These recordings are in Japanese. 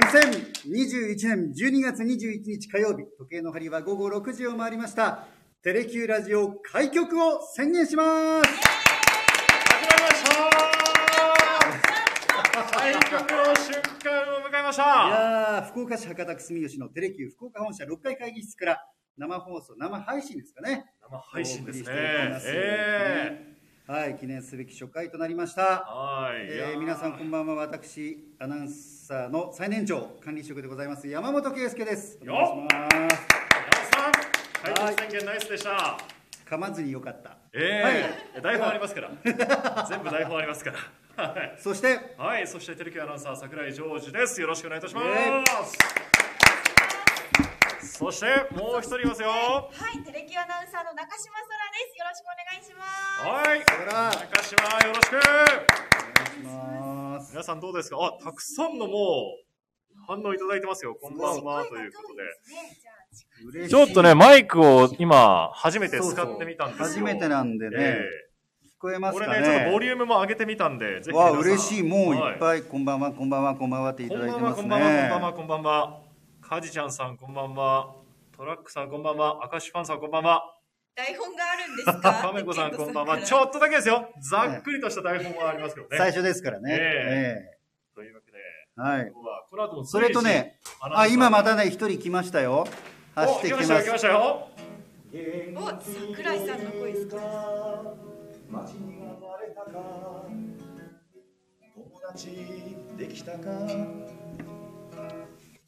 2021年12月21日火曜日、時計の針は午後6時を回りました。テレキューラジオ開局を宣言します始まりました開局の瞬間を迎えましいたやー、福岡市博多区住吉のテレキュー福岡本社6階会議室から生放送、生配信ですかね。生配信ですね。お送りしておりますえはい、記念すべき初回となりましたー、。はい、いやえー皆さんこんばんは私アナウンサーの最年長管理職でございます山本圭介ですおよっ願いします山本さん、開局宣言ナイスでした。噛まずによかったええ台本ありますから。全部台本ありますから。はいそしてはい、そしてテレキューアナウンサー桜井ジョージです。よろしくお願いいたしまイす。そしてもう一人いますよ。はい、テレキューアナウンサーの中島空です。よろしくお願いします。はい、ほら中島よろしく。お願いします皆さんどうですかあ、たくさんのもう反応いただいてますよ。こんばんはということで。すごいですね。じゃあ近い嬉しいちょっとね、マイクを今、初めて使ってみたんですよ。初めてなんでね、え聞こええますこかれねね、ちょっとボリュームも上げてみたんで、ぜひ皆わさあん。嬉しいもういっはぱい、こんばんはこんばんはこんばんはっていこたんだいばんは、こてますんばんは、こんばんは、ねこんばんは。カジちゃんさん、こんばんは。トラックさん、こんばんは。明石ファンさん、こんばんは。台本があるんですか。カメコさん、こんばんは。ちっょっとだけですよ。ざっくりとした台本はありますけどね。最初ですからね、ええというわけで、えはい今日はこの後も随時それとね、あ今またね一人来ましたよお走って来きまましたよ、す来ましたよ。と。お、桜井さんの声ですか。街に生まれたか友達できたか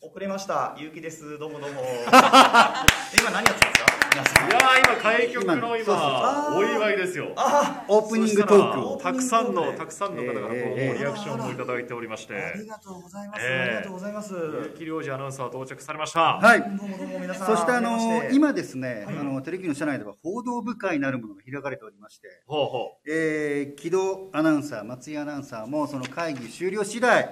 遅れました、ゆうきです、どうもどうも今何やってたんですか皆さんいやー今開局の今そう今そうお祝いですよ。あオープニングトークそしをたらたくさんのたくさんの方からこうええええリアクションもいただいておりましーありて、がとうございます、えーありがとうございますどう結城良二アナウンサー到着されました。はいもどうも皆さそんしてあはじめのまて今ですね、あのテレビの社内では報道部会なるものが開かれておりまして、ほうほえー、木戸アナウンサー、松井アナウンサーもその会議終了次第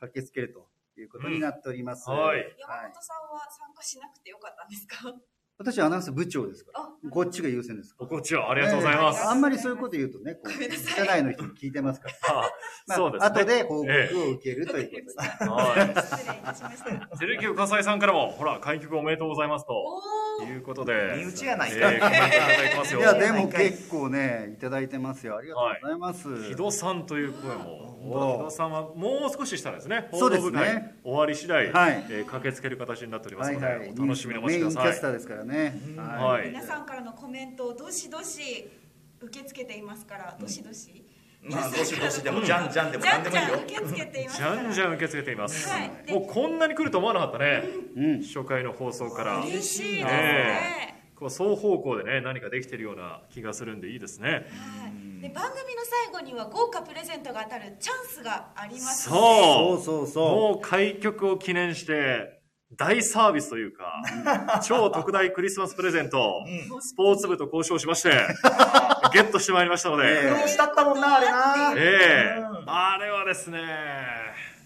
駆けつけるということになっております。うんはい山本さんは参加しなくてよかったんですか。私はアナウンス部長ですからあ、こっちが優先ですかう。ら。こっちはありがとうございます。えーあんまりそういうこと言うとね、こごめんなうさい社内の人に聞いてますから、あまあそうですね後で報告を受けるということで、は失礼いたしました。い。鶴木岡西さんからもほら開局おめでとうございますとおお。いうことで、身内やないえか、ーコメントいただいてますよ。いやでも結構ねいただいてますよ。ありがとうございます。木戸さんという声もお木戸さんはもう少ししたらですねそ報うで道す部ね会終わり次第、はいえー駆けつける形になっておりまはすいので、はい、お楽しみにおメ待イちンくキだャスさタいーですからね。はい皆さんからのコメントをどしどし受け付けていますから、どしどし。まあ、どしどしでも、じゃんじゃんでもじゃ何でんもじいいゃん受よけ付けていますじから。ゃんじゃん受け付けています、はいもうこんなに来ると思わなかったね、うん初回の放送から嬉しいですねね。こう双方向でね何かできてるような気がするんでいいですねはいで番組の最後には豪華プレゼントが当たるチャンスがありますのでそそううそうそう。もう開局を記念して大サービスという か超特大クリスマスプレゼント、スポーツ部と交渉しま してゲットしてまいりましたので、ええ苦労したったもんな、あれなええうんあれはですね、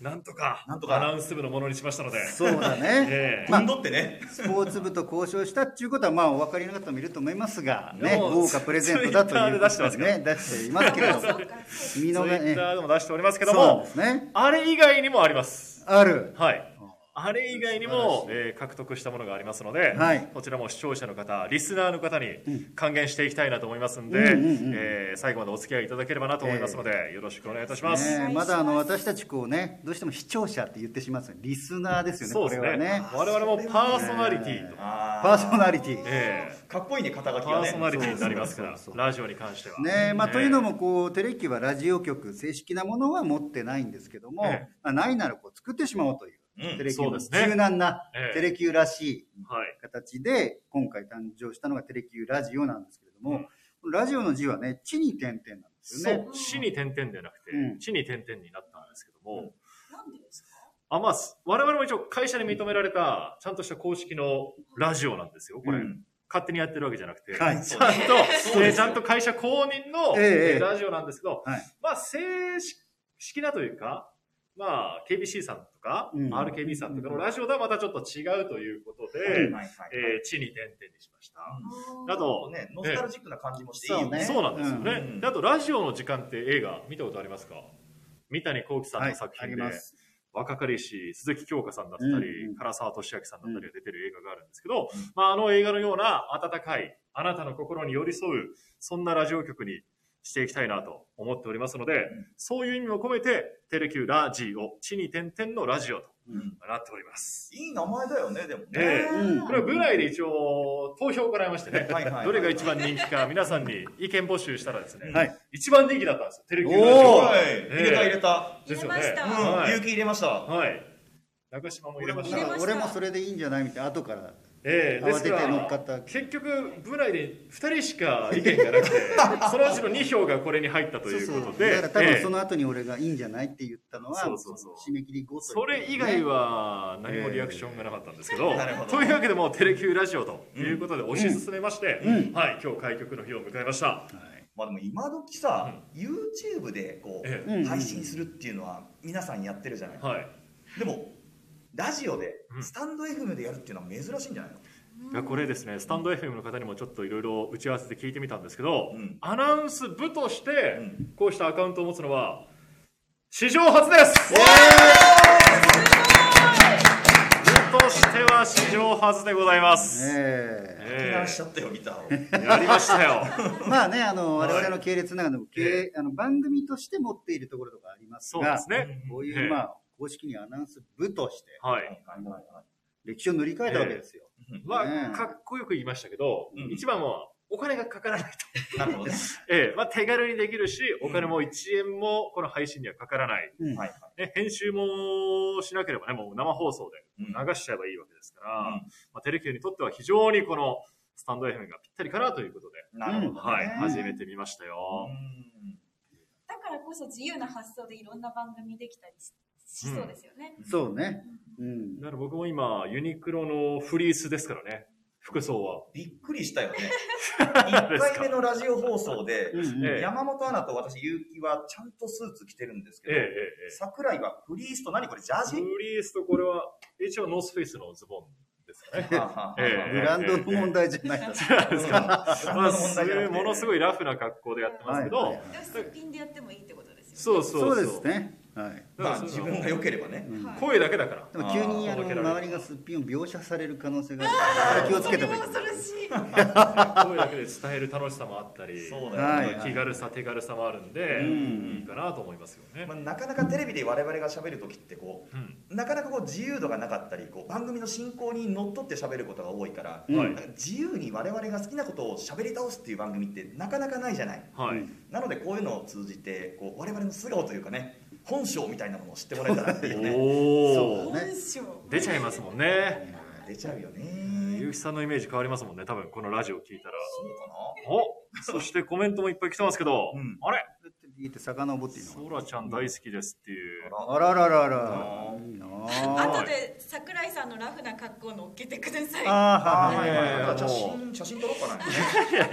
なんとかなんとかアナウンス部のものにしましたので、そうだね。 ええ今度ってねスポーツ部と交渉したっていうことはまあお分かりの方もいると思いますが、ね、もう豪華プレゼントだということでね出していますけれども、そうかそう見ツイ逃ッタね、ーでも出しておりますけどそうもで、すね。あれ以外にもあります。ある。はい。あれ以外にも、えー獲得したものがありますので、はいこちらも視聴者の方、リスナーの方に還元していきたいなと思いますんで、うんうんうんえー最後までお付き合いいただければなと思いますので、よろしくお願いいたします。ね、まだあの私たちこうねどうしても視聴者って言ってしまうんですよリスナーですよねそうですこれはねね我々もパーソナリティと、あパーソナリティえーかっこいいね、肩書きパがーねソナリティになりますかそらうそうそう、ラジオに関しては。ねまあ、ええというのもこうテレキはラジオ局正式なものは持ってないんですけども、えまあ、ないならこう作ってしまおうという、うんテレキそうュですねー柔軟な、ええテレキューらしいはい。形で今回誕生したのがテレキューラジオなんですけれども、ラジオの字はね「地に点々」なんですそよねう、。死に点々ではなくて、うん地に点々になったんですけども、なんでですかあ、まあ、す我々も一応会社に認められた、ちゃんとした公式のラジオなんですよ、これ。うん勝手にやってるわけじゃなくて、はいちゃんと、えーちゃんと会社公認の、えええええーラジオなんですけど、はいまあ、正式なというか、まあ、KBC さんとか、うん RKB さんとかのラジオとはまたちょっと違うということで、はいはいはいえー地に点々にしました。あちとょっと、ね、ノスタルジックな感じもしていいそようねね。そうなんですよね。うんであと、ラジオの時間って映画見たことありますか三谷幸喜さんの作あ品りで、ます若かりし鈴木京香さんだったり、うんうん唐沢俊明さんだったりが出てる映画があるんですけど、まあ、あの映画のような温かい、あなたの心に寄り添う、そんなラジオ局にしていきたいなと思っておりますので、そういう意味も込めて、テレキューラジオ、地に点々のラジオとうんなっております。いい名前だよね、でもね。ええうんこれは部内で一応投票を行いましてね、はいはいはいどれが一番人気か皆さんに意見募集したらですね、はい一番人気だったんですよ、テレキューラジおオー。はい入れた入れた。ですよね入れましたうん、はい勇気入れました。はい。中島も入れましだた入れ。からました俺もそれでいいんじゃないみたいな後からええですか慌てて乗っかったら、結局、部内で2人しか意見が なくて、そのうちの2票がこれに入ったということで、だから多分そええの後に俺がいいんじゃないって言ったのは、そうそうそう締め切り後というそことでれ以外は何もリアクションがなかったんですけど、ええなるほどというわけでもうテレキューラジオということで推し進めまして、うんはい、今日開局の日を迎えました。はいまあでも今時さ、YouTube でこええうんう配信するっていうのは皆さんやってるじゃない。はい。でもラジオでうんスタンド FM でやるっていうのは珍しいんじゃないの？いやこれですねスタンド FM の方にもちょっといろいろ打ち合わせで聞いてみたんですけど、うんアナウンス部としてうんこうしたアカウントを持つのは史上初です、部としては史上初でございます、え提え案しちゃったよギタ ーを。えやりましたよ えまあねあのは我い々の系列の中でも、え経あの番組として持っているところとかありますそうでがすねこうえいえうまあ公式にアナウンス部としてはい歴史を塗り替えたわけですよ、まねあえかっこよく言いましたけど、うん一番はお金がかからないと、なるほどね。ええまあ、手軽にできるしお金も1円もこの配信にはかからない、うんはい。ね、編集もしなければねもう生放送でうん流しちゃえばいいわけですから、うんまあ、テレキューにとっては非常にこのスタンド FM がぴったりかなということで、なるほどね。はい、うん始めてみましたうよ。んだからこそ自由な発想でいろんな番組できたりししそうですよね。そうねうんだから僕も今、ユニクロのフリースですからね、服装は。びっくりした よね。で1すか回目のラジオ放送でうんうんええ山本アナと私結城はちゃんとスーツ着てるんですけええど、え桜井はフリースと何これジャージえ ええ。？フリースとこれは、一応ノースフェイスのズボンですかね。はあはあはあええブランドの問題じゃないだろううんブラまンドあ、の問す題じゃなくてものすごいラフな格好でやってますけど、はいはいどうすっぴんでやってもいいってことですよね。そうそうそうそうです。ねはい、だからまあそういう自の分が良ければね。うんはい声だけだから。でも急にあーあの届けられる周りがすっぴんを描写される可能性があるから気をつけた方がいいそれは恐ろしい。声だけで伝える楽しさもあったり、 そうはだよいね。気軽さ、手軽さもあるんで、うんいいかなと思いますよね。まあ、なかなかテレビで我々が喋る時ってこうんうなかなかこう自由度がなかったりこう番組の進行にのっとって喋ることが多いから、うんなんか自由に我々が好きなことを喋り倒すっていう番組ってなかなかないじゃないはい、なのでこういうのを通じてこう我々の素顔というかね本性みたいなものを知ってもらえたらっていうね おそおう本性。出ちゃいますもんね出ちゃうよねゆうきさんのイメージ変わりますもんね多分このラジオ聞いたらそうかなおそしてコメントもいっぱい来てますけど、うんあれ言って遡っていいソラちゃん大好きですっていうのあららららあいいなああ後で桜井さんのラフな格好を乗っけてください。ああーはいはいはいいやいや写も真写真撮ろうか な、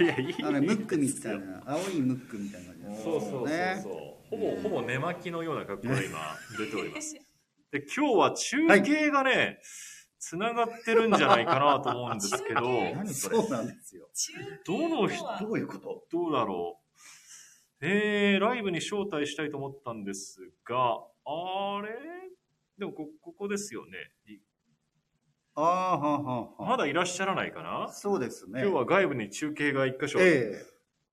いやいやいいーあのムックみ たいな青いムックみたいな感じそうそうそうそう、ねほぼほぼ寝巻きのような格好で今出ておりますで今日は中継がね、繋がってるんじゃないかなと思うんですけど中継何それそうなんですよ中どの人とはどういうことどうだろう。えー、ライブに招待したいと思ったんですが、あれでもこ、ここですよね。いああはんはんはんまだいらっしゃらないかな、そうですね今日は外部に中継が一箇所、え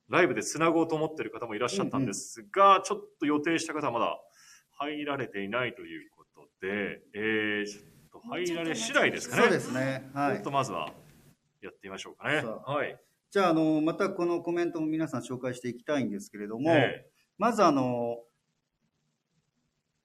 ライブで繋ごうと思ってる方もいらっしゃったんですが、ちょっと予定した方はまだ入られていないということで、えー、ちょっと入られ次第ですえかね。そうですねはちょっいとまずはやってみましょうかね。さはい。じゃああのまたこのコメントも皆さん紹介していきたいんですけれども、えまずあの、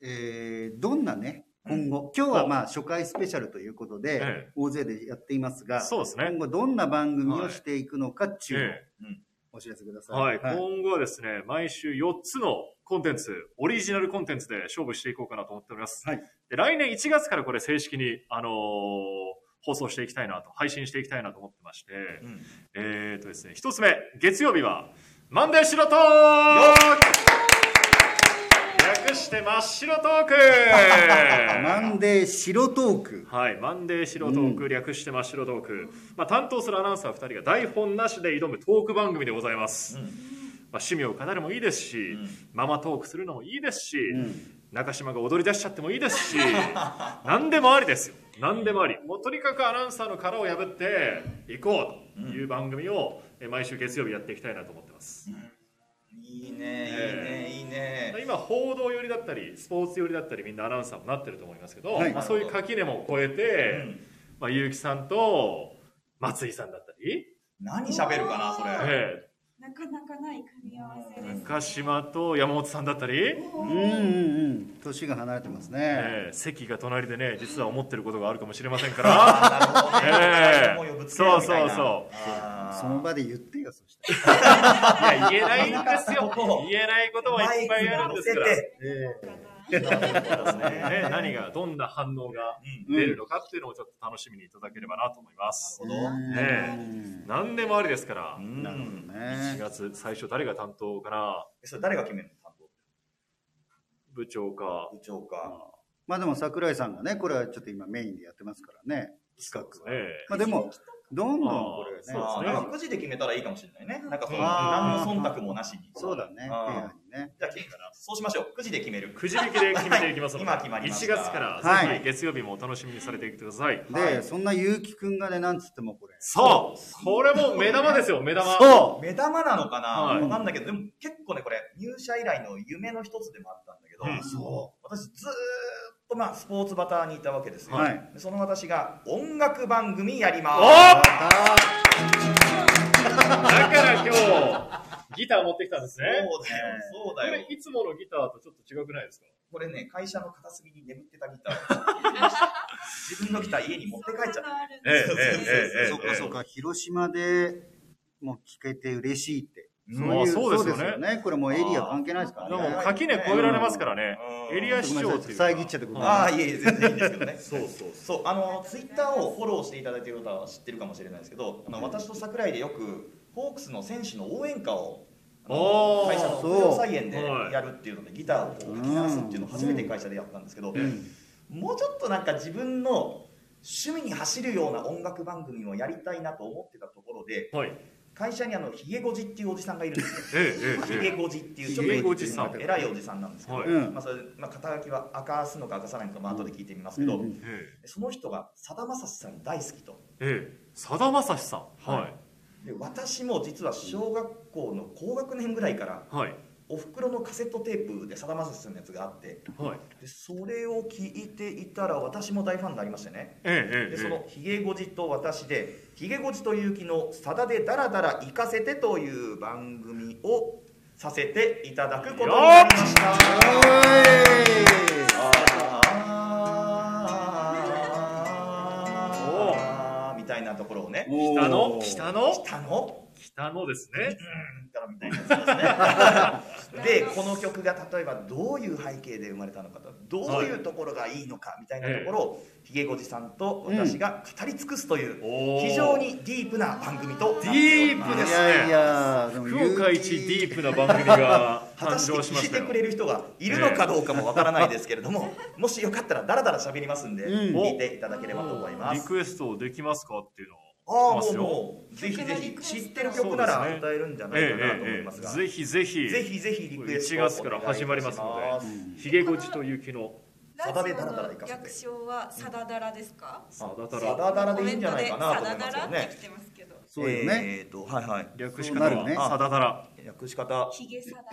えーどんなね、今後、今日はまあ初回スペシャルということえで、え大勢でやっていますが、ーそうです今ね。後どんな番組をしていくのかっていうのをえーお知らせください。はい、今後はですね、毎週4つのコンテンツ、オリジナルコンテンツで勝負していこうかなと思っております。はいで来年1月からこれ正式に、あのー放送していきたいなと、配信していきたいなと思ってまして、うんえーとですね、1つ目、月曜日は、マンデー白トーク略して真っ白トー クマンデー白トーク。はい、マンデー白トーク、略して真っ白トーク、まあ、担当するアナウンサー2人が台本なしで挑むトーク番組でございます、うんまあ、趣味を語るもいいですし、うんママトークするのもいいですし、うん中島が踊り出しちゃってもいいですし何でもありですよ何でもありもうとにかくアナウンサーの殻を破っていこうという番組をえ毎週月曜日やっていきたいなと思ってますいいね、いいね、いいね。今報道寄りだったりスポーツ寄りだったりみんなアナウンサーもなってると思いますけど、はいまあ、そういう垣根も超えて、うんまあ、結城さんと松井さんだったり、何喋るかな、それ。ええなかなかない組み合わせです。中島と山本さんだったり、うんうんうん年が離れてますね、ええ席が隣でね実は思ってることがあるかもしれませんから。 あーなるほどね。ええ思い をぶつけ合みたいなそうそうそうあーその場で言ってよそしたら、いや言えないんですよここ言えないことはいっぱいあるんですから、 マイねクえに乗せてなるほどですねね、何がどんな反応がうん出るのかっていうのをちょっと楽しみにいただければなと思います、なるほどえ何でもありですから、うんなるほど4ね月最初誰が担当かなえそれ誰が決めるの担部長か当部長か。まあでも桜井さんがねこれはちょっと今メインでやってますからね企画は、ねまあでもどんどんあこれそうですあねーなんかくじで決めたらいいかもしれないね。なんかそのあー何の忖度もなしに。そうだねペあーアにねじゃあ、決めるかな。そうしましょう。くじで決める。くじ引きで決めていきますので今決まりました1月からはいぜひ月曜日もお楽しみにされてください、で、はいそんな結城くんがねなんつってもこれそうこれも目玉ですよ目玉そ目玉なのかな、はいわかんないけど、でも結構ね、これ、入社以来の夢の一つでもあったんだけうど、んそ私、ずーっと、まあ、スポーツバターにいたわけですよ、はいでその私が音楽番組やりまおうーす。まただから今日ギター持ってきたんですそうねだよ、そこうだれよ。いつものギターとちょっと違くないですかこれね、会社の片隅に眠ってたギター。自分のギター家に持って帰っちゃった。た。ええええええええそうかそうか、広島でもう聞けて嬉しいって。んいそうですよねね。これもうエリア関係ないですからあでーねも。垣根越えられますからね、うんエリア市長っていうか遮っちゃってごめんなさいああ、いえいえ、全然いいんですけどね。そうそうそうあのツイッターをフォローしていただいている方は知ってるかもしれないですけどあの私と桜井でよくホークスの選手の応援歌をあのおー会社のそう不良菜園ではいやるっていうのでギターをこう書き鳴らすっていうのを初めて会社でやったんですけど、うんもうちょっとなんか自分の趣味に走るような音楽番組をやりたいなと思ってたところではい。会社にあのヒゲゴジっていうおじさんがいるんですよええ ヒえゲえゴジっていうヒちょっとゲゴジさん偉いおじさんなんですけど、はいうんまあそれまあ、肩書きは明かすのか明かさないのか、まあ後で聞いてみますけうど、んえその人がさだまさしさん大好きとえええさだまさしさんははいで私も実は小学校の高学年ぐらいからいはいおふくろのカセットテープでさだまさしさんのやつがあってはいでそれを聞いていたら私も大ファンになりましてねえええでえそのひげごじと私で「ひげごじと結城のさだでダラダラ行かせて」という番組をさせていただくことになりましたあーみたいなところをねおー北の北の北の北のですねからみたいなやつですね。でこの曲が例えばどういう背景で生まれたのかとどういうところがいいのかみたいなところをひげごじさんと私が語り尽くすというおー非常にディープな番組となっておりまディープですいねやいや、でも福岡一ディープ。プな番組が果た誕して生しま聞しいたてよくれる人がいるのかどうかもわからないですけれども、もしよかったらダラダラ喋りますんで、うん聞いていただければと思いまリす。クエストできますかっていうのああをも聞きまうすよもうぜひぜひ知ってる曲なら歌えるんじゃなええいかなと思いえますが、えええぜひぜひぜひぜひリクエストをお願いいた1月しから始まりますのますひげごちと雪のラサダジでオダラダラの行かせて略称はサダダラですか？さだたサらダダラでいいんじゃないかなと思いコメントまですよサダダラってね来。てますけど。そうよね。えーと、はいはい。略しそう方なるねはさだたら訳し方、ヒゲサダ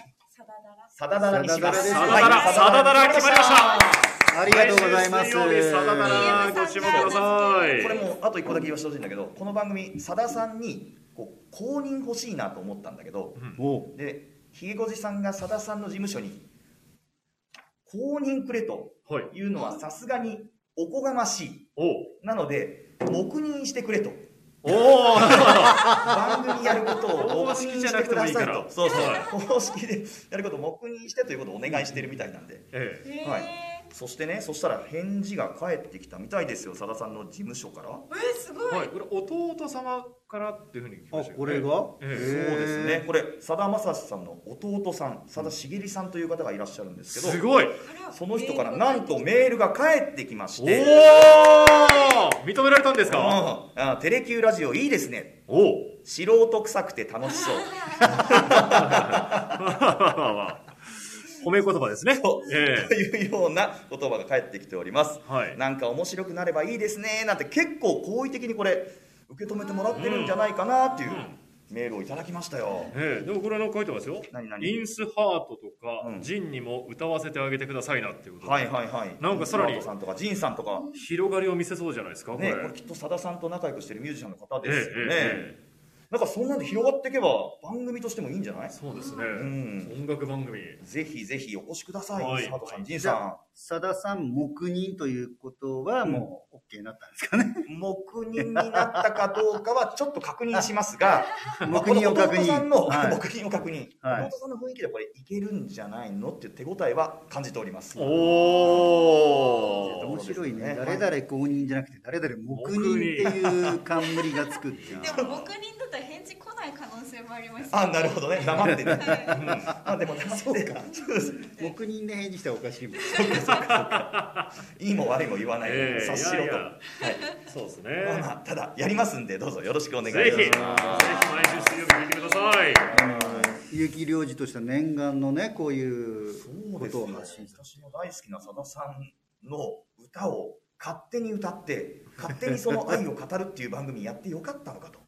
サダダラ。サダダラにします。サダダラはいサダダラ決まりましたありがとうございます。毎週水曜日さだたらご注目くださいこれもあと一個だけ言わせてほしいんだけど、この番組、さださんにこう公認欲しいなと思ったんだけど、おうで、ひげごじさんがさださんの事務所に公認くれとはいいうのはさすがにおこがましい。おうなので、黙認してくれと。おお番組やることを公式じゃなくてもいいからそうそはう公式でやることを黙認してということをお願いしてるみたいなんでええへえはいそしてねそしたら返事が返ってきたみたいですよさださんの事務所からえーすごい。はいこれ弟様からっていうふうに聞きまあしたよねこれえが。そうへーですねこれさだまさしさんの弟さんさだしげりさんという方がいらっしゃるんですけどすごいあらその人からなんとメールが返ってきまおしおて認められたんですうんかあテレキューラジオいいですねおお素人臭くて楽しそうまあまあまあ褒め言葉ですね。とえというような言葉が返ってきております。はいなんか面白くなればいいですねなんて結構好意的にこれ受け止めてもらってるんじゃないかなっていうメールをいただきましたよ。ええでもこれなんか書いてますよ。何々インスハートとか、うんジンにも歌わせてあげてくださいなっていうことで、はいはいはい。なんかさらにミスタートさんとかジンさんとか広がりを見せそうじゃないですか、これ。ねこれきっとさださんと仲良くしてるミュージシャンの方えでえすよね。えええなんかそんなんで広がっていけば番組としてもいいんじゃないえ？そうですね、ん音楽番組。ぜひぜひお越しください。はいミスタートさん、ジンじゃさあ、さださん黙認ということはもう OK になったんですかね。ん。黙認になったかどうかはちょっと確認しますが、まあ黙認を確この弟さ認。んの、はい 黙認を確認。はい弟さんの雰囲気でこれいけるんじゃないのっていう手応えは感じております。おお。面白いそうでね。すね誰々公認じゃなくて誰々黙認っていう冠がつくっていう。でも黙認だったら返事来ない可能性もありますよあ、なるほどね。黙ってる。はいうんまあでも黙ってる。そうです黙認で返事したらおかしいもん。いいも悪いも言わない。ええ察しろいと。やいはやそうですね。い。まあまあただやりますんでどうぞよろしくお願いしまぜひ、す。ぜひ毎週水曜日聞いてください。結城良二とした念願のね、こういうそうこですとねを発信する。私の大好きなさださんの歌を勝手に歌って勝手にその愛を語るっていう番組やってよかったのかと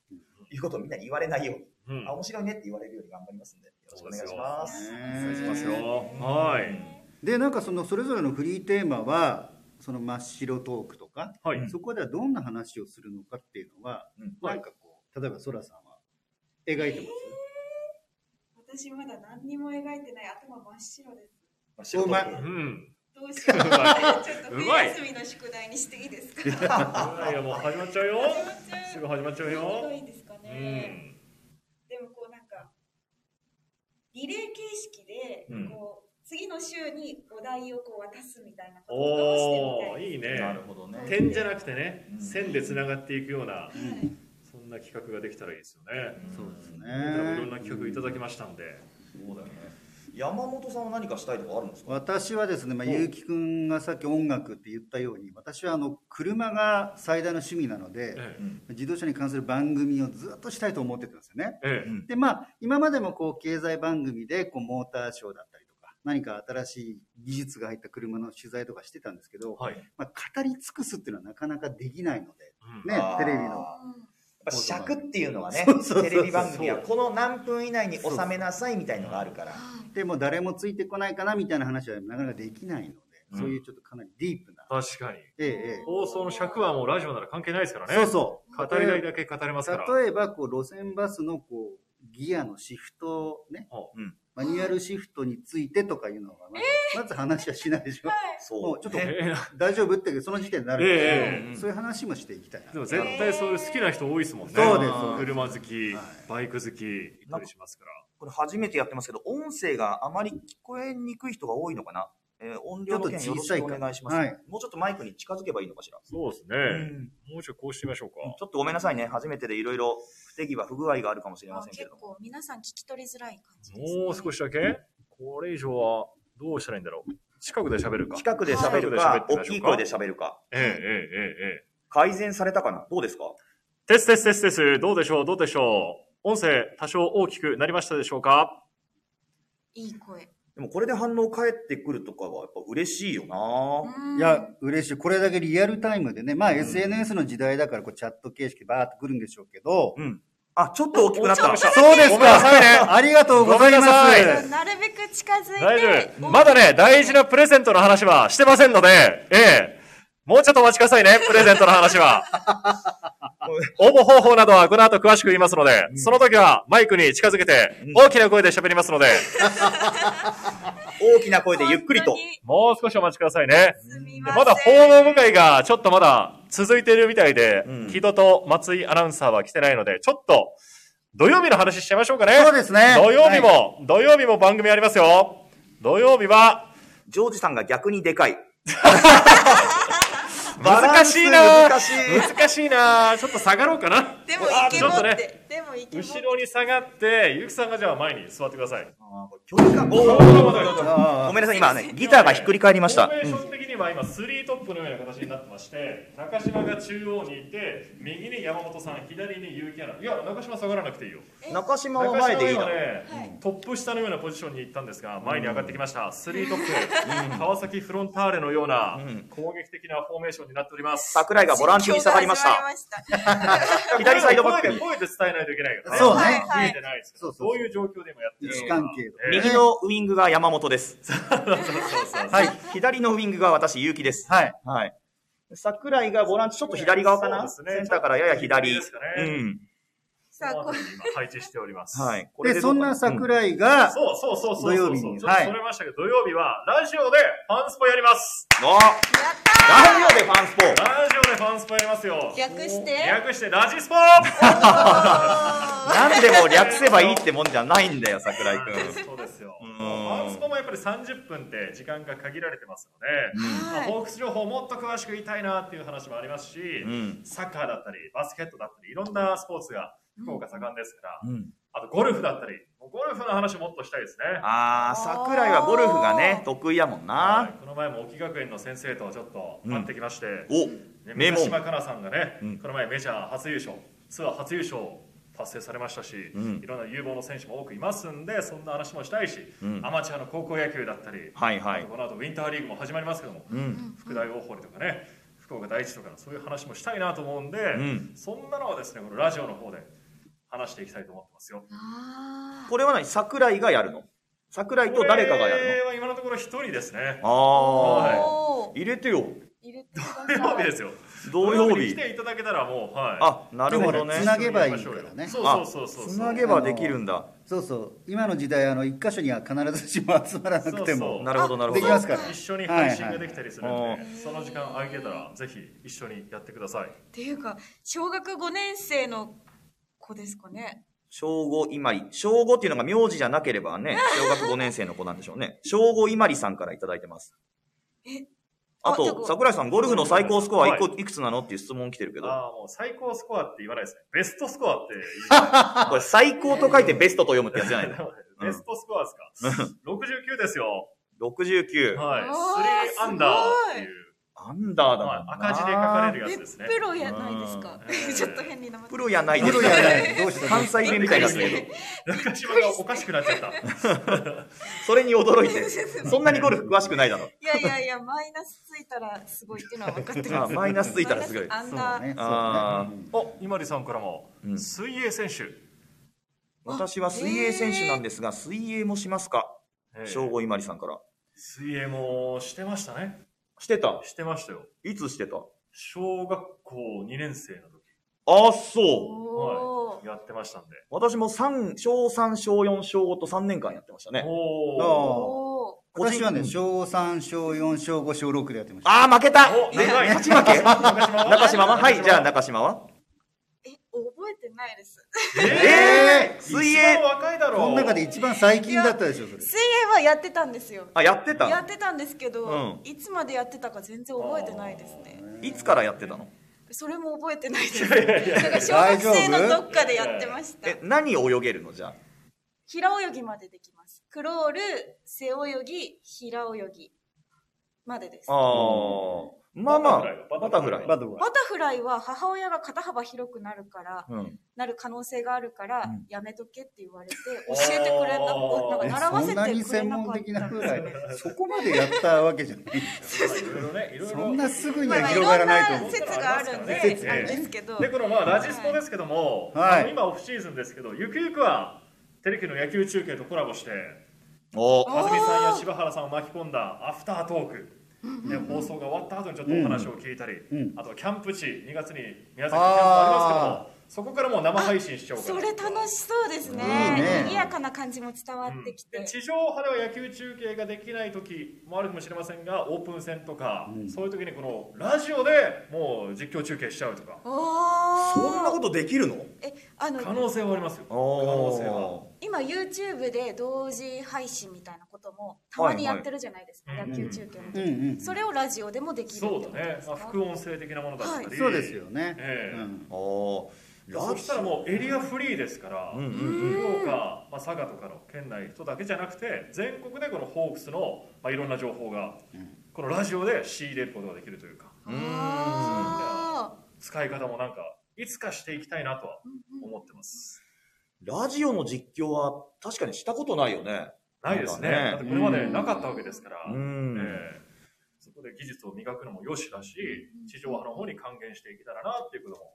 いうことをみんなに言われないよううに、んあ面白いねって言われるように頑張りますんでよろしくお願いします。ねしますよ。はい。でなんかそのそれぞれのフリーテーマはその真っ白トークとか、はい。そこではどんな話をするのかっていうのは、うんなんかこう例えばそらさんは描いてます、私まだ何にも描いてない頭真っ白です。まあ仕事うまいうん。どうしよう。ちょっとう冬まい休みの宿題にしていいですか。始いやもう始まっちゃうよ。まっちゃうすぐ始まっちゃうよ。どういいですかうね。ん。でもこうなんかリレー形式でうんこう、次の週にお題をこう渡すみたいなことをどうしてみたいおお、な。いいなねる。ほどね。点じゃなくてねう、ん線で繋がっていくような、うんそんな企画ができたらいいですよね。そうですねいろんな企画いただきましたんで。そうだよね。山本さんは何かしたいとかあるんですか。私はですね、まあ、うん結城くんがさっき音楽って言ったように私はあの車が最大の趣味なので、え自動車に関する番組をずっとしたいと思ってたんですよねええんでまあ今までもこう経済番組でこうモーターショーだったりとか何か新しい技術が入った車の取材とかしてたんですけどえ、はい。まあ、語り尽くすっていうのはなかなかできないのでうんねあーテレビのやっぱ尺っていうのはねそうそうそうテレビ番組はこの何分以内に収めなさいみたいのがあるからでも誰もついてこないかなみたいな話はなかなかできないので、うんそういうちょっとかなりディープな、確かに。えええ放送の尺はもうラジオなら関係ないですからえね。。そうそう語りたいだけ語れますから。う例えばこう路線バスのこうギアのシフトね、うんマニュアルシフトについてとかいうのはま,、まず話はしないでしょ、 もそうちょっとねえ大丈夫ってその時点でなるええええそういう話もしていきたいなえでも絶対それ好きな人多いですもんね。そうです車好きはい、バイク好き、いたりしますから。これ初めてやってますけど、音声があまり聞こえにくい人が多いのかな。えー音量の件ちょよっと小ろしさいくかお願いします。はいもうちょっとマイクに近づけばいいのかしら。そうですね。うんもうちょいこうしてみましょうか。ちょっとごめんなさいね。初めてでいろいろ不手際、不具合があるかもしれませんけ結ど。構皆さん聞き取りづらい感じです、もう少しだけこれ以上はどうしたらいいんだろう近くで喋るか。近くで喋るか、近くで喋ってみま大しょうかきい声で喋るか。ええええええええ。改善されたかなどうですかテステステステス、どうでしょうどうでしょう音声多少大きくなりましたでしょうかいい声でもこれで反応返ってくるとかはやっぱ嬉しいよなうんいや、嬉しい。これだけリアルタイムでね、まあん SNS の時代だからこうチャット形式バーっとくるんでしょうけど、うん。あ、ちょっと大きくなった。ちょっとそうですごめんなかさいねありがとうございますごめんなさいなるべく近づいて大丈夫。まだね、大事なプレゼントの話はしてませんので、ええ。もうちょっとお待ちくださいね、プレゼントの話 は。応募方法などはこの後詳しく言いますので、その時はマイクに近づけてうん大きな声で喋りますので、大きな声でゆっくりと本。当にもう少しお待ちくださいね。すみでません。まだ訪問部会がちょっとまだ続いているみたいで、うん木戸と松井アナウンサーは来てないので、ちょっと土曜日の話しちゃいましょうかね。そうですね。土曜日も、はい土曜日も番組ありますよ。土曜日はジョージさんが逆にでかい。難しいなバランス難しい。難しいなちょっと下がろうかな。でもイケボあちょっとって、ねでもイもいけます後ろに下がって、ゆきさんがじゃあ前に座ってください。あーこれ距離感おーごめんなさい今ねギターがひっくり返りましたフォーメーション的には今、スリートップのような形になってまして、中島が中央にいて、右に山本さん、左に結城アナ。いや、中島下がらなくていいよ。うん中島は中島前でいいはのねはいトップ下のようなポジションに行ったんですが、前に上がってきました。スリートップ、川崎フロンターレのようなうん攻撃的なフォーメーションになっております。桜井がボランティアに下がりました 左サイドバックに声で声で伝えないといけないからね。そうねはい見はえいてないですけそうど、そうどういう状況でもやって位る置関係とかね右のウイングが山 本ですは。はいい左のウイングが私結城ですはい。はい桜井がボランチちょっと左側かなそセうですねンターからやや左ちょっと右でうすかねんさあここの 辺に今配置しております。はいこれで、どそうんかなうん桜井が、そうそうそうそうそう。土曜日にちょっとはいそれましたけど、土曜日はラジオでファンスポやります。おラジオでファンスポラジオでファンスポやりますよ。略して略してラジスポなんでも略せばいいってもんじゃないんだよ桜井君そうですよ。うんファンスポもやっぱり30分って時間が限られてますので、まあホークス情報をもっと詳しく言いたいなっていう話もありますし、うんサッカーだったり、バスケットだったり、いろんなスポーツが福岡盛んですから、うんあとゴルフだったり、もうゴルフの話もっとしたいですね。ああ桜井はゴルフがね得意やもんはないこの前も沖学園の先生とちょっと会ってきまして、おね名三門島かなさんがね、うんこの前メジャー初優勝ツアー初優勝を達成されましたし、んいろんな有望の選手も多くいますんでそんな話もしたいし、うんアマチュアの高校野球だったり、はいはあといこの後ウィンターリーグも始まりますけども、うん福大大堀とかね福岡第一とかのそういう話もしたいなと思うんで、んそんなのはですねこのラジオの方で話していきたいと思ってますよ。これは何桜井がやるの桜井と誰かがこやれるは今のところ一人ですね。のああおー入れてよ入れてくだ土さ曜日いですよ。土曜に来日ていただけたらもうはい。あなるほどねでもほら繋げばいいからねそうそうそうそうそう。つなげばできるんだそうそう。今の時代、あの、一箇所には必ずしも集まらなくてそうそもう。なるほどなるほできどますから。一緒に配信ができたりするんで、はいはいその時間空いてたらぜひ一緒にやってください。っていうか小学5年生の子ですかね小五伊まり小五っていうのが名字じゃなければね小学5年生の子なんでしょうね小五伊まりさんからいただいてますえああじゃあとこ桜井さんゴルフの最高スコアいくいくつなのっていう質問来てるけどああもう最高スコアって言わないですね。ベストスコアって これ最高と書いてベストと読むってやつじゃない言のうベストスコアですか。六十九ですよ。はい。あ69ースリーアンダーっていう、アンダーだもんまなあ、赤字で書かれるやつですねえ。プロやないですかうん ちょっと変に名前プロやないでプすロやない。どうした関西弁みたいになってるけど 中島がおかしくなっちゃった。それに驚いてそんなにゴルフ詳しくないだろいやいやいやマイナスついたらすごいっていうのは分かってるあマイナスついたらすごいマイナスそうアンダーだね。そうだあねうんお今里さんからも、うん水泳選手。私は水泳選手なんですが水泳もしますかええ小五伊まりさんから水泳もしてましたね。してたしてましたよ。いつしてた小学校2年生の時、あそうおやってましたんで。私も三小3小4小5と3年間やってましたねおーああお私はね、小三、小四、小五、小六でやってました。あー負けたおね長い勝ち負け中島 中島ははいじゃあ中島はーえ覚えてないですええーー、水水泳泳若いだろうこの中で一番最近だったでしょ、それ。水泳はやってたんですよあやってやたってたんですけど、うんいつまでやってたか全然覚えてないですねいつからやってたのそれも覚えてないですなんか小学生のどっかでやってましたえ何を泳げるのじゃあ平泳ぎまでできますクロール背泳ぎ平泳ぎまでですあバーまあまあババタタフフラライイバドは。タフライは母親が肩幅広くなるからうんなる可能性があるから、うんやめとけって言われてあ教えてくれなあなんーかえ習わそせてんくなれになか専門っ的なたぐらい、そこまでやったわけじ ゃない。いろいろねいろいろそんなすぐにまあはまあい広がろらんないと思なう。説があるんで、説ねあれですけどでこのまあラジスポですけども、はいあの今オフシーズンですけどゆくゆくはテレビの野球中継とコラボしてお安住さんや柴原さんを巻き込んだアフタートーク、ね、放送が終わった後にちょっとお話を聞いたり、うんうんあとキャンプ地2月に宮崎のキャンプありますけどもそこからもう生配信しちゃおうかそなれ楽しそうですねいいね賑やかな感じも伝わってきて、で地上波では野球中継ができない時もあるかもしれませんがオープン戦とか、うんそういう時にこのラジオでもう実況中継しちゃうとかおーそんなことできるのえあの可能性はありますよ可能性はお今 YouTube で同時配信みたいなこともたまにやってるじゃないですか、はいはい野球中継の、うんうん。それをラジオでもできるってそこうとだでね、すまかあ、副音声的なものだったり、はそうですよね。ええうんおそしたらもうエリアフリーですから、うんうんうん福岡、まあ、佐賀とかの県内の人だけじゃなくて全国でこのホークスの、まあ、いろんな情報が、このラジオで仕入れることができるというかあ使い方もなんかいつかしていきたいなとは思ってます。ラジオの実況は確かにしたことないよね。ないですね。なんだっかねてこれまでなかったわけですから、うえん。えそこで技術を磨くのもよしだし、地上波の方に還元していけたらなっていうことも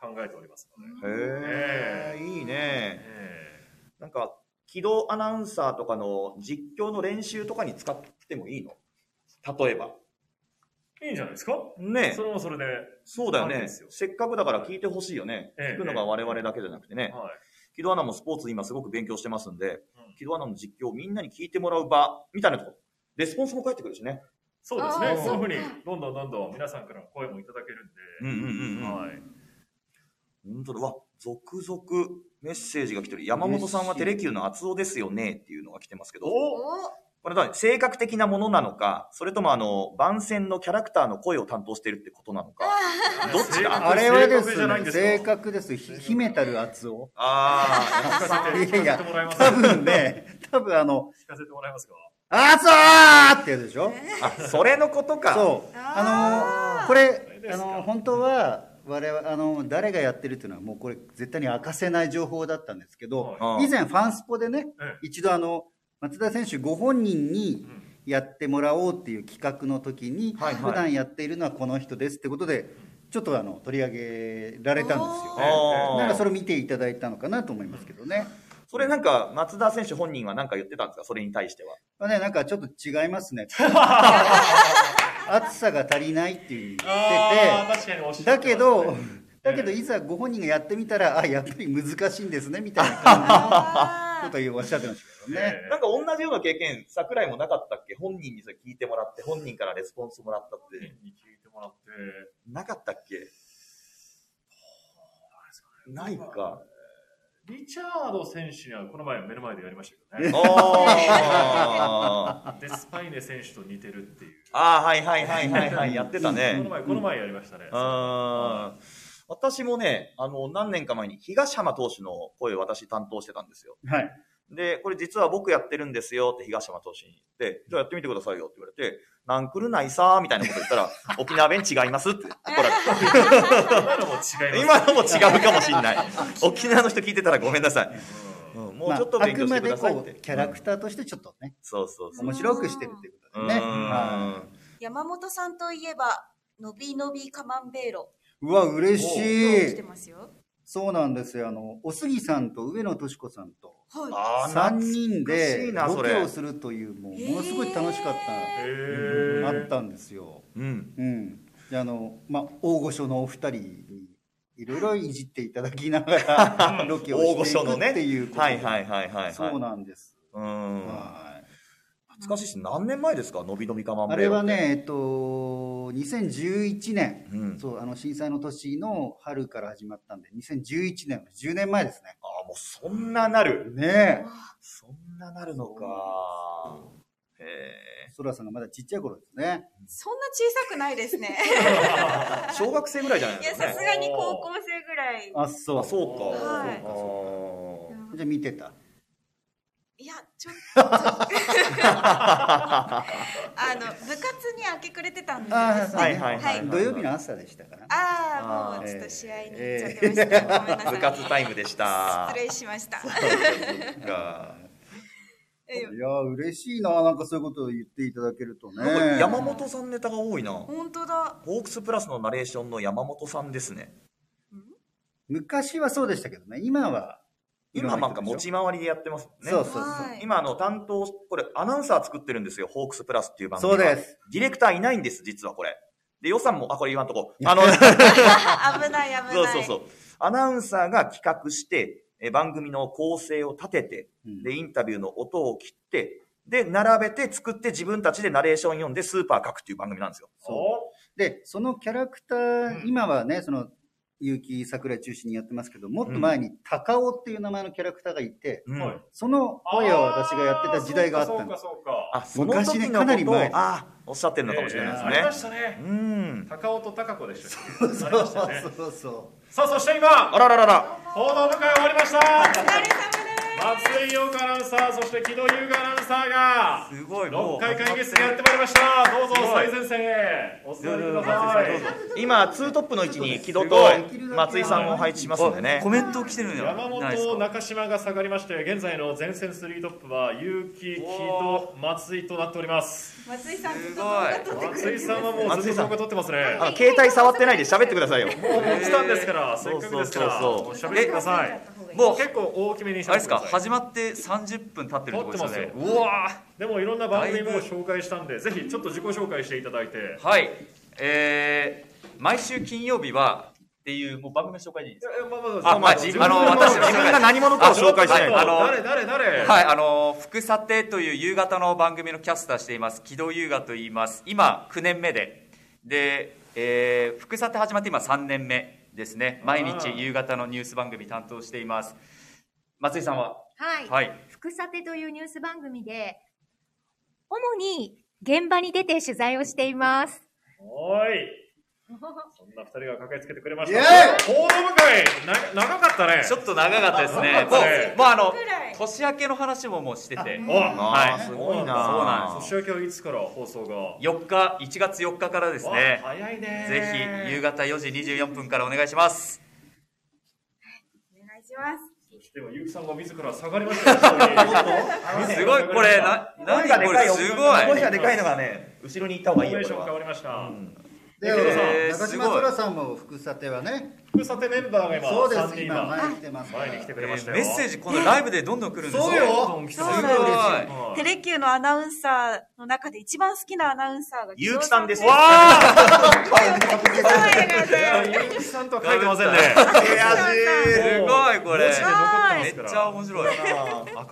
考えておりますので。へえ、いいね。えなんか、軌道アナウンサーとかの実況の練習とかに使ってもいいの例えば。えいいんじゃないですかねそれもそれで、そうだよありねですよ。せっかくだから聞いてほしいよね。ええ聞くのが我々だけじゃなくてね。は木戸アナもスポーツ今すごく勉強してますんでうん、木戸アナの実況をみんなに聞いてもらう場みたいなとこ。レスポンスも返ってくるしね。そうですねあー。そういうふうに、どんどんどんどん皆さんからの声もいただけるんで、うんうんうんはい。うん。本当だ。わ、続々メッセージが来てる。山本さんはテレキューの厚尾ですよねっていうのが来てますけど。おこれは性格的なものなのか、それともあの、番宣のキャラクターの声を担当してるってことなのか。どっちだあれは正で確じすゃないんね、ですよ正確です。ひ秘めたる圧を。あ聞かせて、聞かせてもらいます。多分ね、多分あの、聞かせてもらいますか圧をーってやつでしょあ、 あ、それのことか。そう。あのーこれですあかのー本当は我々あのー誰がやってるっていうのはもうこれ絶対に明かせない情報だったんですけど、はい以前ファンスポでね、え一度あの松田選手ご本人にんやってもらおうっていう企画の時に、はいはい普段やっているのはこの人ですってことでちょっとあの取り上げられたんですよ。あーならそれを見ていただいたのかなと思いますけどね。それなんか、松田選手本人は何か言ってたんですかそれに対しては。まあね、なんかちょっと違います ね。暑さが足りないっていうふうに言っててあ。ー確かにおっしゃってますねだけど、だけどええいざご本人がやってみたら、あ、やっぱり難しいんですね、みたいな感 じのことをおっしゃってましたけどね。ええなんか同じような経験、桜井もなかったっけ本人にそれ聞いてもらって、本人からレスポンスもらったって。に聞いてもらって、なかったっけないか。リチャード選手にはこの前目の前でやりましたけどね。あーデスパイネ選手と似てるっていう。あー、はいはいはいはいはい、やってたね。この前、この前やりましたね。あー私もね、あの、何年か前に東浜投手の声を私担当してたんですよ。はい。で、これ実は僕やってるんですよって東浜投手に言って、じゃあやってみてくださいよって言われて、なんくるないさーみたいなこと言っ たら、沖縄弁違いますって怒られ今のも違います。て。今のも違うかもしんない。沖縄の人聞いてたらごめんなさい。うん、もうまちょっとああ勉強くしまてくでださいっこて。う、キャラクターとしてちょっとね、そうそうそう。面白くしてるっていうことでね。はうん山本さんといえばのびのびカマンベーロい。うわ、嬉し来てい。ますよそうなんですよ。あの、おすぎさんと上野敏子さんと、はあー3人懐かしでいなロそケれをするという、もう、ものすごい楽しかった、へあーったんですよ。うん。うん。で、あの、まあ、大御所のお二人に、いろいろいじっていただきながら、ロケを大御してい所くのね。っていうことで。はいはいはいはいはい。そうなんです。うん。はい懐かしいし、何年前ですかのびのびカマンベあールれは、ね、えっと、2011年、うん。そう、あの震災の年の春から始まったんで、2011年、10年前ですね。ああ、もうそんななる。ねそんななるのか。へえ、ソラさんがまだちっちゃい頃ですね。いそんな小さくないですねえ。小学生ぐらいじゃないいでやすかさねす。がに高校生ぐらいあ、そあ、う。そうか。はいそうかじゃあ見てた。いやちょっと あの部活に明け暮れてたんですよあー実ははいはいはいはい土曜日の朝でしたから。あああーもうちょっと試合に行っちゃってました、ごめんなさそうかい部活タイムでした。失礼しましたそっかいやー、嬉しいな、なんかそういうことを言っていただけるとね。なんか山本さんネタが多いな。本当だホークスプラスのナレーションの山本さんですね。昔はそうでしたけどね、今は。今なんか持ち回りでやってますもんね。そうそうそう。はい今あの担当、これアナウンサー作ってるんですよ、ホークスプラスっていう番そ組うは。です。ディレクターいないんです、実はこれ。で、予算も、あ、これ言わんとこ。 あの、あ 危ない危ないそうそうそう。アナウンサーが企画して、え番組の構成を立てて、うんで、インタビューの音を切って、で、並べて作って自分たちでナレーション読んでスーパー書くっていう番組なんですよ。そで、そのキャラクター、うん今はね、その、結城桜中心にやってますけど、もっと前に高尾っていう名前のキャラクターがいて、うんはいその声を私がやってた時代があったんんで。ですす。そうか、そうか。あ、その時のこと昔ねかなり前あ、おっしゃってるのかもしれないですね。ありましたね。うん。高尾と高子でしたっけ。ありそうましたそねうそうそさあ、そして今、あらららら。報道部会終わりました。お疲れ様です松井陽子アナウンサー、そして木戸優雅アナウンサーが。すごい。も六う回会議室にやってまいりました。どうぞすごい最前線へ。お座りください。今、ツートップの位置に木戸と松井さんを配置しますのでね。コメント来てるんじゃ山ないです本、か中島が下がりまして、現在の前線スリートップは、結城、木戸、松井となっております。松井さんずっと動画撮ってく松れ井てさんはもうずっと動画撮ってますね。あの携帯触ってないで喋ってくださいよ。もう来たんですから、せそっうかそうくですから、そうそうもう喋ってください。もう結構大きめにしてあれですかください始まって30分経ってるところですよね経ってうわでもいろんな番組もだいぶ紹介したんで、ぜひちょっと自己紹介していただいてー。はいえー、毎週金曜日はっていうもう番組の紹介でいいですかあまあ自分のあの、私、自分が何者かを紹介しないあと。の誰誰誰。はい、あの福さてという夕方の番組のキャスターしています木戸優雅と言います今9年目でで、えー、福さて始まって今3年目ですね毎あ日ー夕方のニュース番組担当しています松井さんははい。はい福さてというニュース番組で、主に現場に出て取材をしています。 おーい。そんな二人が駆けつけてくれましイエた。報道部会、な長かったね。 ちょっと長かったですね 長もかうったねもうあのぐらい年明けの話ももうしててお、あーすごいなそうなん年明けはいつから放送が。 4日1月4日からですねわ早いね。ぜひ夕方4時24分からお願いしますお願いしますそして今、ゆうきさんが自ら下がりま したよ下に。すごいこれな何これすごい声がでかいのがね、後ろに行った方フがォいいーメーよこシれョン変は。わりました。うでえー中す島ごいそらさんも副査定はね副査定メンバーが今、そうで三す人今前に来てますから前に来てくえれましたーよ。メッセージ今度ライブでどんどん来るんですそうよすそごういなんですよはいテレキューのアナウンサーの中で一番好きなアナウンサーがゆうきさんですよ。いやゆうきさんとは書いてませんね。悔すごいこれ文字で残めってまっすちかゃら。面白い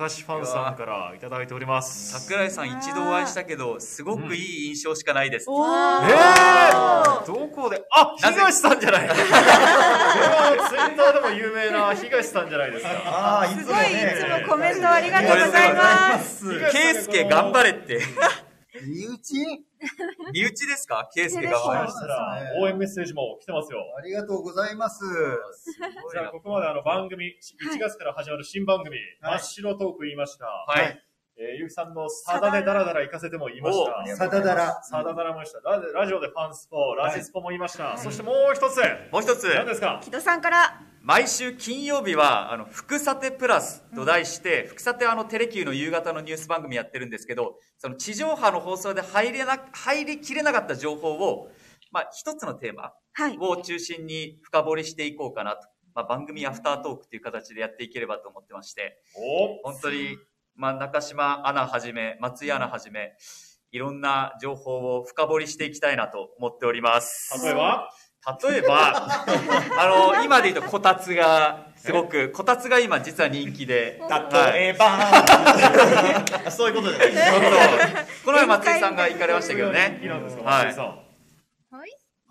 明石ファンさんからいただいております。桜井さん一度お会いしたけどすごくいい印象しかないです、おーえー、どこであなぜ東さんじゃないこれはツイッターでも有名な東さんじゃないですか。ああ、いつすもごいいつね。もコメントありがとうございますケイスケ頑張れって身内身内ですかケイスケ頑張れましたら応援メッセージも来てますよ。ありがとうございますじゃあここまであの番組、1月から始まる新番組、真っ白トーク言いました。はいえー、ゆうきさんのサダでダラダラ行かせても言いました。サダダラサダダラも言いました。ララジオでファンスポ、ラジスポも言いました。そしてもう一つ、もう一つ何ですか木戸さんから毎週金曜日は、あの、福さてプラスと題して、福さてはあの、テレキューの夕方のニュース番組やってるんですけど、その地上波の放送で入れな、入りきれなかった情報を、まあ、一つのテーマはいを中心に深掘りしていこうかなと。まあ、番組アフタートークという形でやっていければと思ってまして、お本当に、まあ、中島アナはじめ、松井アナはじめ、いろんな情報を深掘りしていきたいなと思っております。例えば例えば、あの、今で言うとこたつが、すごく、こたつが今実は人気で、はい例えば、そういうことじゃないですそうこの前松井さんが行かれましたけどねいい。なんですか、はい松井さん。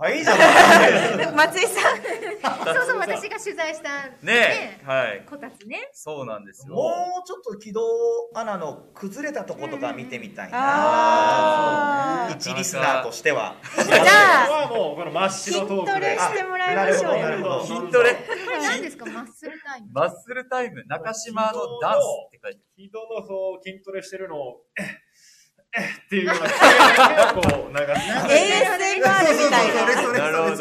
はい、いいじゃない。松井さんそうそう、私が取材した、ねえ、はい。こたつね。そうなんですよ。もうちょっと軌道アナの崩れたとことか見てみたいあな。ー一リスナーとしては。じゃあこれはもうこの真っ白トークで。筋トレしてもらいましょうあなるほどなるほど筋トレ、これ何ですかマッスルタイム。マッスルタイム、中島のダンスって書いて人のそう筋トレしてるのを、えっ、えっっていうような声だけをこう流して、 ASMR みたいなある。なるほど。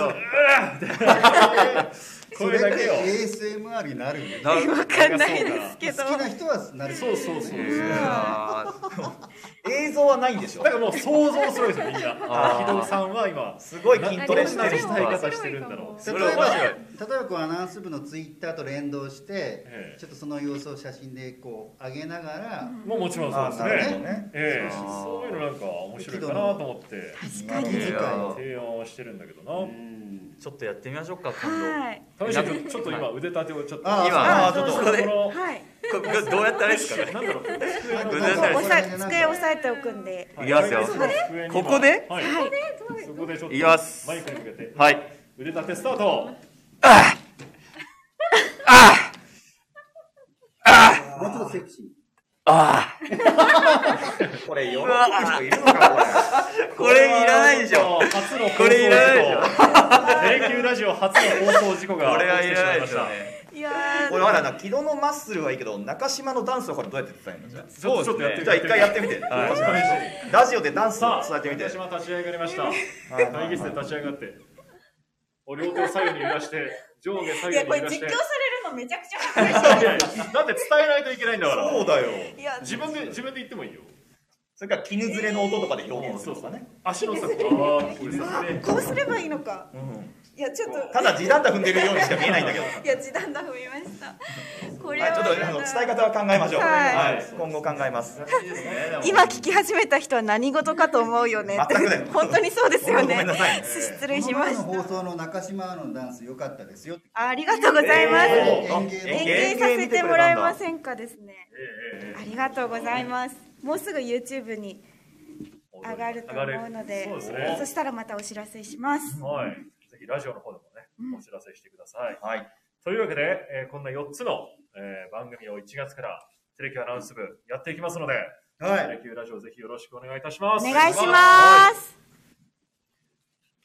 そ声れだけをで ASMR になるねなるほど。わかんないですけど好きな人はなるそうそうそう。いやー映像はないんでしょだからもう想像するんですよ、みんな。あーひどさんは今、すごい筋トレしてどんなるし人たいは。方してるんだろう。例えそれ面ば白い例えばこうアナウンス部のツイッターと連動して、ええちょっとその様子を写真でこう上げながら、もうもちろんそうあですなるほどね。ね。ええ、そういうのなんか面白いかなと思って確かにいや提案はしてるんだけどな。うんちょっとやってみましょうか、今はい試しにちょっと今腕立てをちょっと。あ度。今、あーちょっとこここで、この、はいこどうやったらいいですかね。なんだろう、机のそう腕立て押さえ机を押さえておくんでいきますよ机に今ここではい。そこでちょっと。いきますマイクに向けて。はい。腕立てスタート。もうちょっとセクシーああ、これ、喜ぶ人いるのか、これいらないでしょ。。初の放送事故これいらないでしょテレキューラジオ初の放送事故がこれは起きいてしらまないいまでしすよた。ね。いやこれ。俺、まだな、昨日のマッスルはいいけど、中島のダンスはこれどうやって伝えるのじゃあちょっとちょっとやってみてじゃあ、一回やってみて。はいラジオでダンスさをあ、伝えてみて。私も立ち上がりました。はい会議室で立ち上がって、お両手を左右に揺らして、上下左い右や、こにれ揺ら実況しされてる。のめちゃくちゃ恥ずかしいやいやだって伝えないといけないんだから。そうだよ。い。いや、自分で自分で言ってもいいよ。それから絹ずれの音とかで表現するとかね。足の先。ああ、これさね。こうすればいいのか。うんいや、ちょっと。ただ地団太踏んでるようにしか見えないんだけど。いや、時短だ踏みました。これはい、はちょっとあの伝え方は考えましょう。はいはい、今後考えます。今聞き始めた人は何事かと思うよね全くだよ本当にそうですよごめねんなさい。失礼しのま前しの放た送の中島のダンス良かったですよってありがとうございます、えおー園演芸芸させてもらえませんかですねえええありがとうございますもうすぐ YouTube に上がると思うので上がるそうですねそしたらまたお知らせしますえはい。ぜひラジオの方でもね、お知らせしてください。 はい、というわけで、えーこんな4つの、えー番組を1月からテレキューアナウンス部やっていきますので、はテいレキューラジオぜひよろしくお願いいたします。お願いしはいます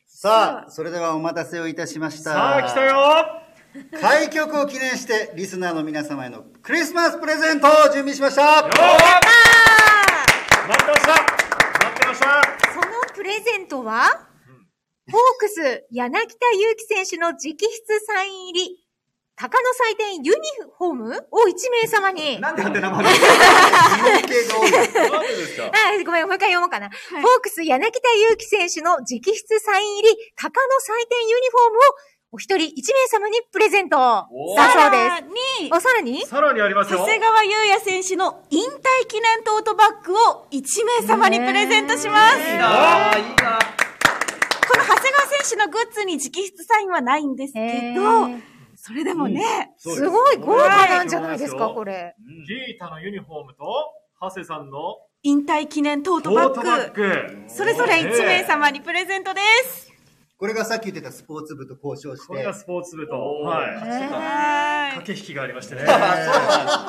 さあそれではお待たせをいたしましたさあ、来たよ開局を記念してリスナーの皆様へのクリスマスプレゼントを準備しました待ってました待ってましたそのプレゼントは、ホークス、柳田悠岐選手の直筆サイン入り、鷹の祭典ユニフォームを1名様に。なんでハテナマークなんでですかあ、ごめん、もう一回読もうかな。ホークス、柳田悠岐選手の直筆サイン入り、鷹の祭典ユニフォームをお一人1名様にプレゼント。だおーそうでさらにす。あ、さらにさらにありますよ長谷川優也選手の引退記念トートバッグを1名様にプレゼントします。いいなあいいなあこの長谷川選手のグッズに直筆サインはないんですけど、それでもね、すごい豪華なんじゃないですか、これ。ギータのユニフォームと、ハセさんの引退記念トートトバッーグトバッグ。それぞれ1名様にプレゼントです。これがさっき言ってたスポーツ部と交渉しこれてがスポーツ部と、はい。は駆け引きがありましてね。ラ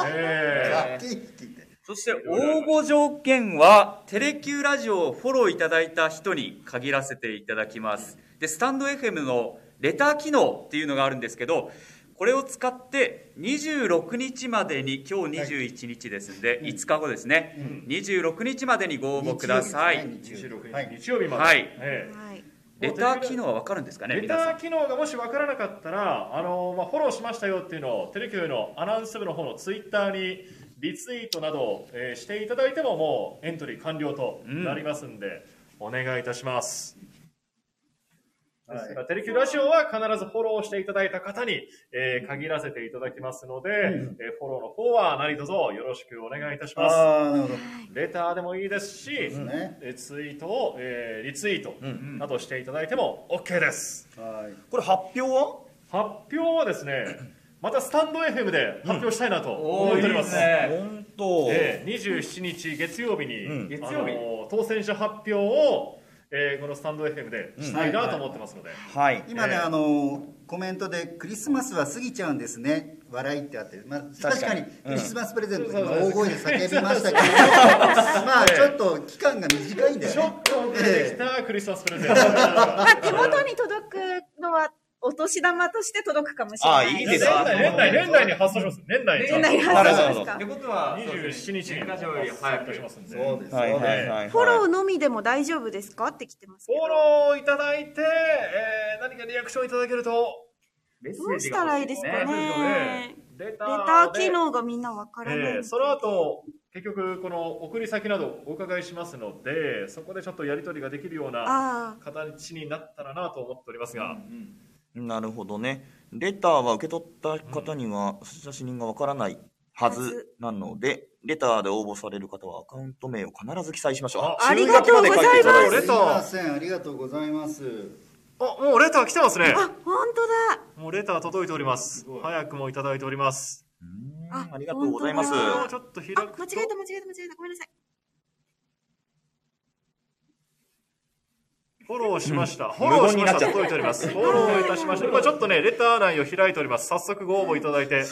えッキーって言ってそして応募条件は、テレキューラジオをフォローいただいた人に限らせていただきます。で、スタンド FM のレター機能っていうのがあるんですけど、これを使って26日までに、今日21日ですんで、5日後ですね、26日までにご応募ください。日曜日ですねー日曜日曜日日まで。はいええい。レター機能はわかるんですかね、レタ皆さーん。機能がもしわからなかったら、あのまあ、フォローしましたよっていうのを、テレキューのアナウンス部の方のツイッターにリツイートなど、えーしていただいても、もうエントリー完了となりますんで、お願いいたします。ですからテレキューラジオは必ずフォローしていただいた方に、えー限らせていただきますので、えーフォローの方は何卒よろしくお願いいたします。ああなるほレターでもいいですし、すねえーツイートを、えーリツイートなどしていただいても OK です。どはいこれ発表は発表はですね、またスタンド FM で発表したいなと思っております。本当、ええ27日月曜日に、うんあの当選者発表を、えーこのスタンド FM でしたいなと思ってますので、はい。今ね、えーあのコメントで「クリスマスは過ぎちゃうんですね」笑いってあって、まあ、確かに確クかにリスマスプレゼント、うん今大声で叫びましたけど まあええちょっと期間が短いんだちょよねっと遅れてきたクリスマスプレゼント。まあ手元に届くのは、お年玉として届くかもしれあなあ、い。いい年ですね。内年内年内に発送します。年内に。年内になる発送ほでどすか。ことは27日にラジオより早く発送しますんで。そうですはいそうはでいはい。フォローのみでも大丈夫ですかって来てますけフォど。ローいただいて、えー何かリアクションいただけると、どうしたらいいですかね。レタレターーで機能がみんなわからない。えーその後結局、この送り先などお伺いしますので、そこでちょっとやり取りができるようなああ、形になったらなと思っておりますが、なるほどね。レターは受け取った方には差し人がわからないははずずなので、レターで応募される方はアカウント名を必ず記載しましょう。あありがとうございます注意書きまで書いていただいてレすタいーませんありがとうございますあもうレター来てますねあ、、本当もうレター届いております、早くもいただいております。うんありがとうございます。本当もだうちょっと開だ。あ、く間違えた間違えた間違えた。ごめんなさい。フォローしました。フォローしました。無言になっちゃう届いております。フォローいたしました。今ちょっとね、レター内を開いております。早速ご応募いただいて、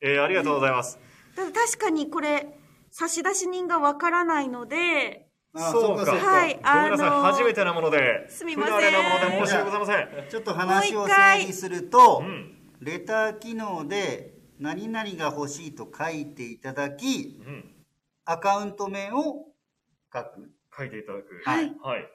えーありがとうございます。ただ確かにこれ、差出人がわからないので、あそうかっっはいごめんなさい、あのー初めてなもので。すみません不慣れなもので申し訳ございません。ちょっと話もうを一回整理すると、うんレター機能で何々が欲しいと書いていただき、うんアカウント名を書く。書いていただく。はい。はい。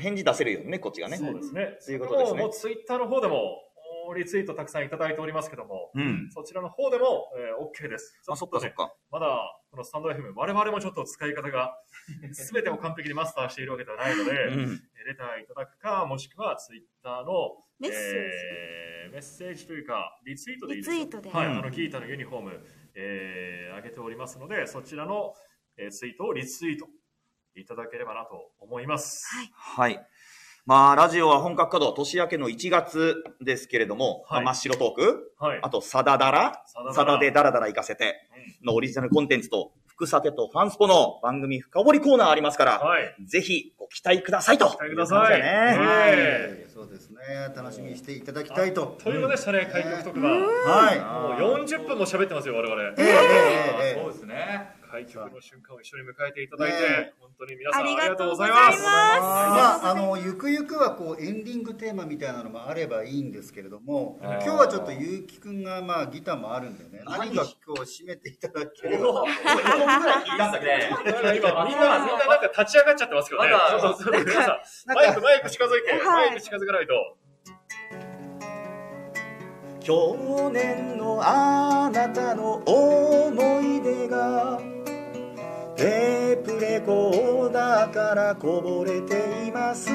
返事出せるよね、こっちがね。そうですね。ということですねもうツイッターの方でも、おリツイートたくさんいただいておりますけども、うん。そちらの方でも、えー、OK です。あ、そっかそっね。か。まだ、このスタンド FM、我々もちょっと使い方が、 すべてを完璧にマスターしているわけではないので、うえーん。レターいただくか、もしくはツイッターの、メッセージえーメッセージというか、リツイートでいいですリツイートではい、あの、ギータのユニフォーム、えー、上げておりますので、そちらの、えーツイートをリツイートいただければなと思います。はい。まあ、ラジオは本格稼働、年明けの1月ですけれども、はいまあ真っ白トーク、はい。あと、サダダラ、サダダラサダでダラダラ行かせて、のオリジナルコンテンツと、福さてとファンスポの番組深掘りコーナーありますから、はい。ぜひご期待くださいと。期待ください。ねえはいそうですね。楽しみにしていただきたいと。ということでしたね、開局特番。もはい。う40分も喋ってますよ、我々。ええええええそうですね。開局の瞬間を一緒に迎えていただいてね、本当に皆さんあありりががととううごござざいいまますす。まあ、あのゆくゆくはこうエンディングテーマみたいなのもあればいいんですけれども今日はちょっとゆうきくんがまあギターもあるんでね何か今日締めていただければなんか今、みんな、みんななんか立ち上がっちゃってますけどね。まだちょっとちょっと皆さん、マなんかイク、マイク近づいて、はマいイク近づかないと。去年のあなたの思い出がテープレコーダーからこぼれています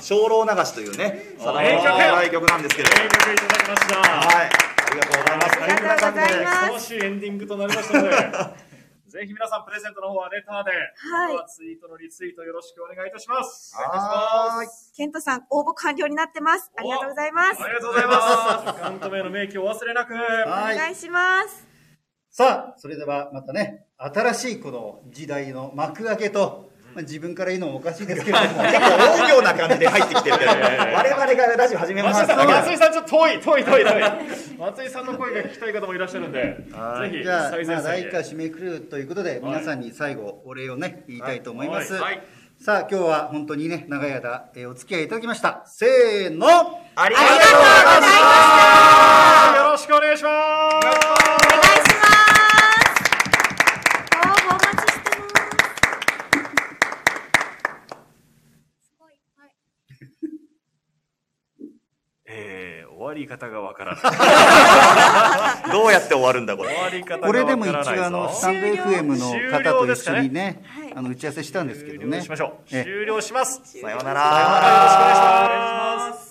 精霊流しというねさだ名曲ま曲なんですけど名曲いただきました。はいありがとうございますありがとうございますふさわしいエンディングとなりま したので、ぜひ皆さんプレゼントの方はレターで、はいあとはツイートのリツイートよろしくお願いいたします。はーいケントさん、応募完了になってます。ありがとうございますあ。りがとうございます。アカウント名の明記をお忘れなく。おはい願いします。さあそれではまたね新しいこの時代の幕開けと、まあ、自分から言うのもおかしいですけれど も結構大行な感じで入ってきてるけど我々がラジオ始めま松井しさたん、だけだ松井さんちょっと遠い、遠い、遠い、 遠い。松井さんの声が聞きたい方もいらっしゃるんで、ぜひじゃ最あまあ前線第1回で。締めくくるということで皆さんに最後お礼をね言いたいと思います、はいはいさあ今日は本当にね長い間、えーお付き合いいただきましたせーのありがとうございましたよろしくお願いします。お願いします。ご応募お待ちしてます。えー、終わり方がわからない。どうやって終わるんだこれ終わり方がこれでわもか一らないぞ。応あのスタンド FM の方と一緒にねはいあの打ち合わせしたんですけど終了ねしましょう。ええ終了します。さようなよろしくお願いしらます。